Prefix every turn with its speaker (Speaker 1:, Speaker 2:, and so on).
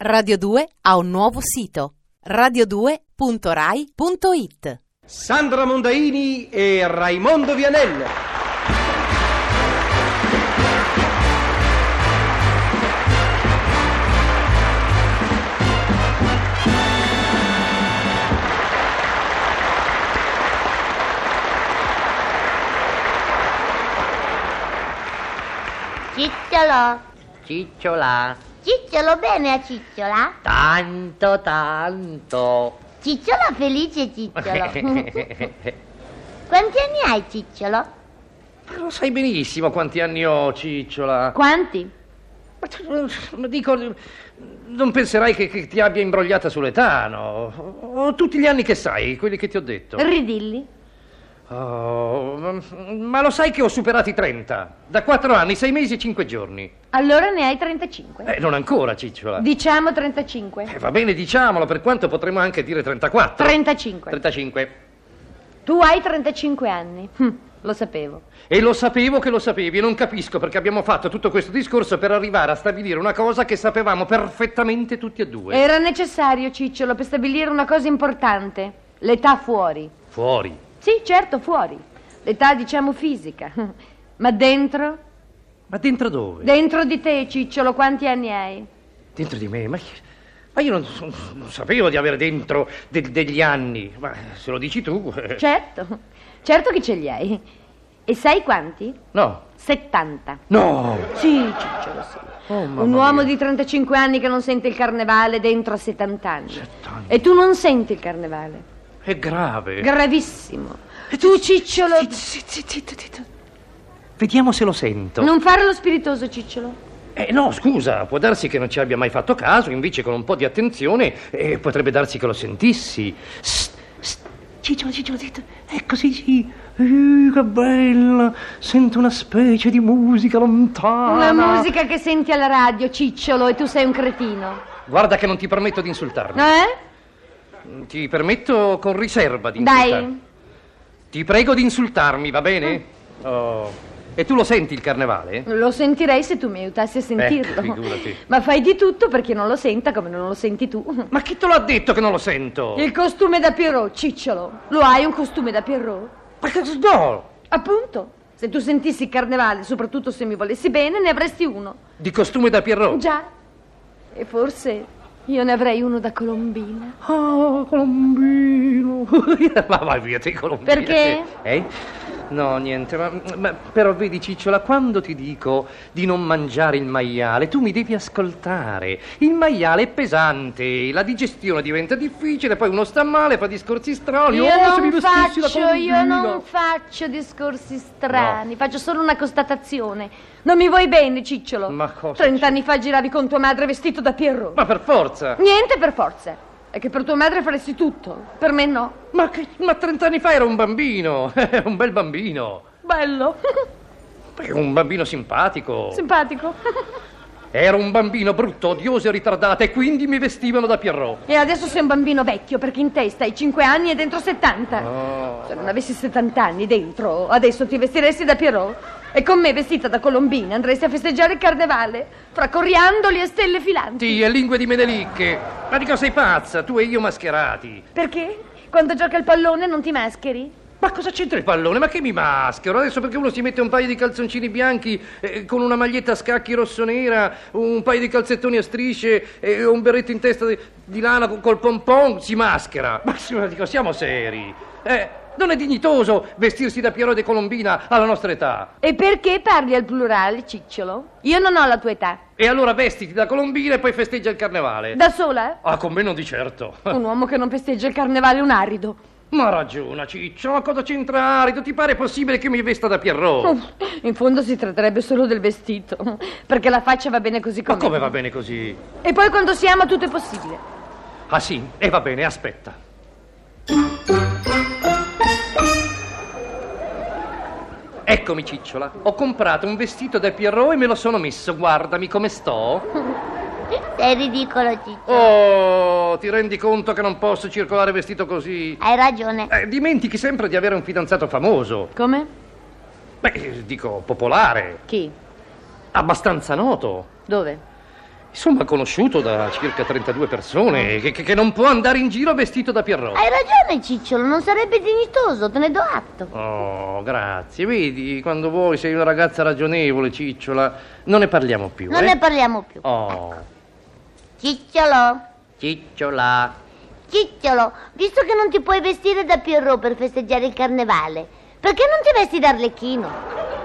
Speaker 1: Radio 2 ha un nuovo sito radio2.rai.it
Speaker 2: Sandra Mondaini e Raimondo Vianello.
Speaker 3: Cicciolo,
Speaker 4: Cicciola,
Speaker 3: cicciolo bene a cicciola?
Speaker 4: tanto tanto.
Speaker 3: Cicciola felice cicciolo. Quanti anni hai cicciolo?
Speaker 4: Lo sai benissimo quanti anni ho, Cicciola.
Speaker 3: Quanti?
Speaker 4: Ma tu- ma Dico, non penserai che, che ti abbia imbrogliata sull'età, no? Ho tutti gli anni che sai, quelli che ti ho detto.
Speaker 5: Eh.
Speaker 3: Ridilli.
Speaker 4: Oh, ma- ma lo sai che ho superato i 30? Da 4 anni, 6 mesi e 5 giorni.
Speaker 3: Allora ne hai 35.
Speaker 4: Eh, non ancora, Cicciola.
Speaker 3: Diciamo 35.
Speaker 4: Eh, va bene, diciamolo, per quanto potremmo anche dire 34.
Speaker 3: 35.
Speaker 4: 35.
Speaker 3: Tu hai 35 anni. Hm, Lo sapevo.
Speaker 4: E lo sapevo che lo sapevi e non capisco perché abbiamo fatto tutto questo discorso per arrivare a stabilire una cosa che sapevamo perfettamente tutti e due.
Speaker 3: Era necessario, Cicciolo, per stabilire una cosa importante. L'età fuori.
Speaker 4: Fuori.
Speaker 3: Sì, certo, fuori. L'età, diciamo, fisica. Ma dentro?
Speaker 4: Ma dentro dove?
Speaker 3: Dentro di te, Cicciolo, quanti anni hai?
Speaker 4: dentro di me? Ma, chi- ma io non, non sapevo di avere dentro de- degli anni. Ma se lo dici tu... eh,
Speaker 3: Certo, certo che ce li hai. E sai quanti?
Speaker 4: No.
Speaker 3: 70.
Speaker 4: No!
Speaker 3: Sì, Cicciolo, sì.
Speaker 4: Oh, mamma
Speaker 3: Un uomo
Speaker 4: mia.
Speaker 3: di 35 anni che non sente il carnevale dentro a 70 anni.
Speaker 4: 70.
Speaker 3: E tu non senti il carnevale.
Speaker 4: È grave.
Speaker 3: Gravissimo. Tu, Cicciolo...
Speaker 4: Zitto, zitto, zitto. Vediamo se lo sento.
Speaker 3: Non fare lo spiritoso, Cicciolo.
Speaker 4: Eh no, scusa, può darsi che non ci abbia mai fatto caso, invece con un po' di attenzione eh, potrebbe darsi che lo sentissi. Sst, sst, Cicciolo, Cicciolo, zitto. Ecco, sì, sì. Eh, che bella! Sento una specie di musica
Speaker 3: Una
Speaker 4: lontana.
Speaker 3: musica che senti alla radio, Cicciolo, e tu sei un cretino.
Speaker 4: Guarda che non ti permetto di insultarmi.
Speaker 3: Eh?
Speaker 4: Ti permetto con riserva di
Speaker 3: Dai.
Speaker 4: insultarmi. Ti prego di insultarmi, va bene?
Speaker 3: Mm.
Speaker 4: Oh. E tu lo senti il carnevale?
Speaker 3: Lo sentirei se tu mi aiutassi a sentirlo.
Speaker 4: Eh, figurati.
Speaker 3: Ma fai di tutto perché non lo senta come non lo senti tu.
Speaker 4: Ma chi te l'ha detto che non lo sento?
Speaker 3: Il costume da Pierrot, Cicciolo. Lo hai un costume da Pierrot?
Speaker 4: Ma che- no!
Speaker 3: Appunto. Se tu sentissi il carnevale, soprattutto se mi volessi bene, ne avresti uno.
Speaker 4: Di costume da Pierrot.
Speaker 3: Già. E forse io ne avrei uno da Colombina.
Speaker 4: Ah, Colombino. ma vai via te, Colombino.
Speaker 3: Perché?
Speaker 4: Eh? No, niente, ma, ma- però vedi Cicciola, quando ti dico di non mangiare il maiale, tu mi devi ascoltare. Il maiale è pesante, la digestione diventa difficile, poi uno sta male, fa discorsi strani.
Speaker 3: Io
Speaker 4: Oh, se mi
Speaker 3: non
Speaker 4: vestissi da
Speaker 3: faccio, io
Speaker 4: Colombino.
Speaker 3: non faccio discorsi strani, faccio solo una constatazione. Non mi vuoi bene, Cicciolo?
Speaker 4: Ma cosa
Speaker 3: Trent'anni fa giravi con tua madre vestito da Pierrot.
Speaker 4: Ma per forza!
Speaker 3: Niente per forza. È che per tua madre faresti tutto, per me no.
Speaker 4: Ma, che, ma 30 anni fa era un bambino, un bel bambino.
Speaker 3: Bello,
Speaker 4: Beh, Un bambino simpatico.
Speaker 3: simpatico.
Speaker 4: Oh. Era un bambino brutto, odioso e ritardato e quindi mi vestivano da Pierrot.
Speaker 3: E adesso sei un bambino vecchio perché in testa hai 5 anni e dentro 70.
Speaker 4: Oh.
Speaker 3: Se non avessi 70 anni dentro, adesso ti vestiresti da Pierrot. E con me vestita da colombina andresti a festeggiare il carnevale, fra coriandoli e stelle filanti.
Speaker 4: Sì, e lingue di menelicche. Ma dico, sei pazza, tu e io mascherati.
Speaker 3: Perché? Quando gioca al pallone non ti mascheri?
Speaker 4: Ma cosa c'entra il pallone? Ma che mi maschero? Adesso perché uno si mette un paio di calzoncini bianchi eh, con una maglietta a scacchi rossonera, un paio di calzettoni a strisce eh, e un berretto in testa di, di lana co- col pompon, si maschera. Ma sì, ma dico, siamo seri. Eh, non è dignitoso vestirsi da Piero de Colombina alla nostra età.
Speaker 3: E perché parli al plurale, Cicciolo? Io non ho la tua età.
Speaker 4: E allora vestiti da Colombina e poi festeggia il carnevale.
Speaker 3: Da sola? eh?
Speaker 4: Ah, con me non di certo.
Speaker 3: Un uomo che non festeggia il carnevale è un arido.
Speaker 4: Ma ragiona, Ciccio, ma cosa c'entra arido? Ti pare possibile che mi vesta da Pierrot?
Speaker 3: Uff, In fondo si tratterebbe solo del vestito, perché la faccia va bene così
Speaker 4: Ma
Speaker 3: com'è.
Speaker 4: come va bene così?
Speaker 3: E poi quando si ama tutto è possibile.
Speaker 4: Ah sì, e va bene, aspetta. Eccomi, Cicciola. Ho comprato un vestito da Pierrot e me lo sono messo. Guardami come sto.
Speaker 5: Sei ridicolo, Ciccio.
Speaker 4: Oh, ti rendi conto che non posso circolare vestito così?
Speaker 5: Hai ragione.
Speaker 4: Eh, dimentichi sempre di avere un fidanzato famoso.
Speaker 3: Come?
Speaker 4: Beh, dico, popolare,
Speaker 3: Chi?
Speaker 4: abbastanza noto.
Speaker 3: Dove?
Speaker 4: Insomma, conosciuto da circa 32 persone, che, che- che non può andare in giro vestito da Pierrot.
Speaker 5: Hai ragione, Cicciolo, non sarebbe dignitoso, te ne do atto.
Speaker 4: Oh, grazie. Vedi, quando vuoi sei una ragazza ragionevole, cicciola. Non ne parliamo più.
Speaker 5: Non
Speaker 4: eh?
Speaker 5: ne parliamo più.
Speaker 4: Oh,
Speaker 5: Cicciolo,
Speaker 4: cicciola.
Speaker 5: Cicciolo, visto che non ti puoi vestire da Pierrot per festeggiare il carnevale, perché non ti vesti da Arlecchino?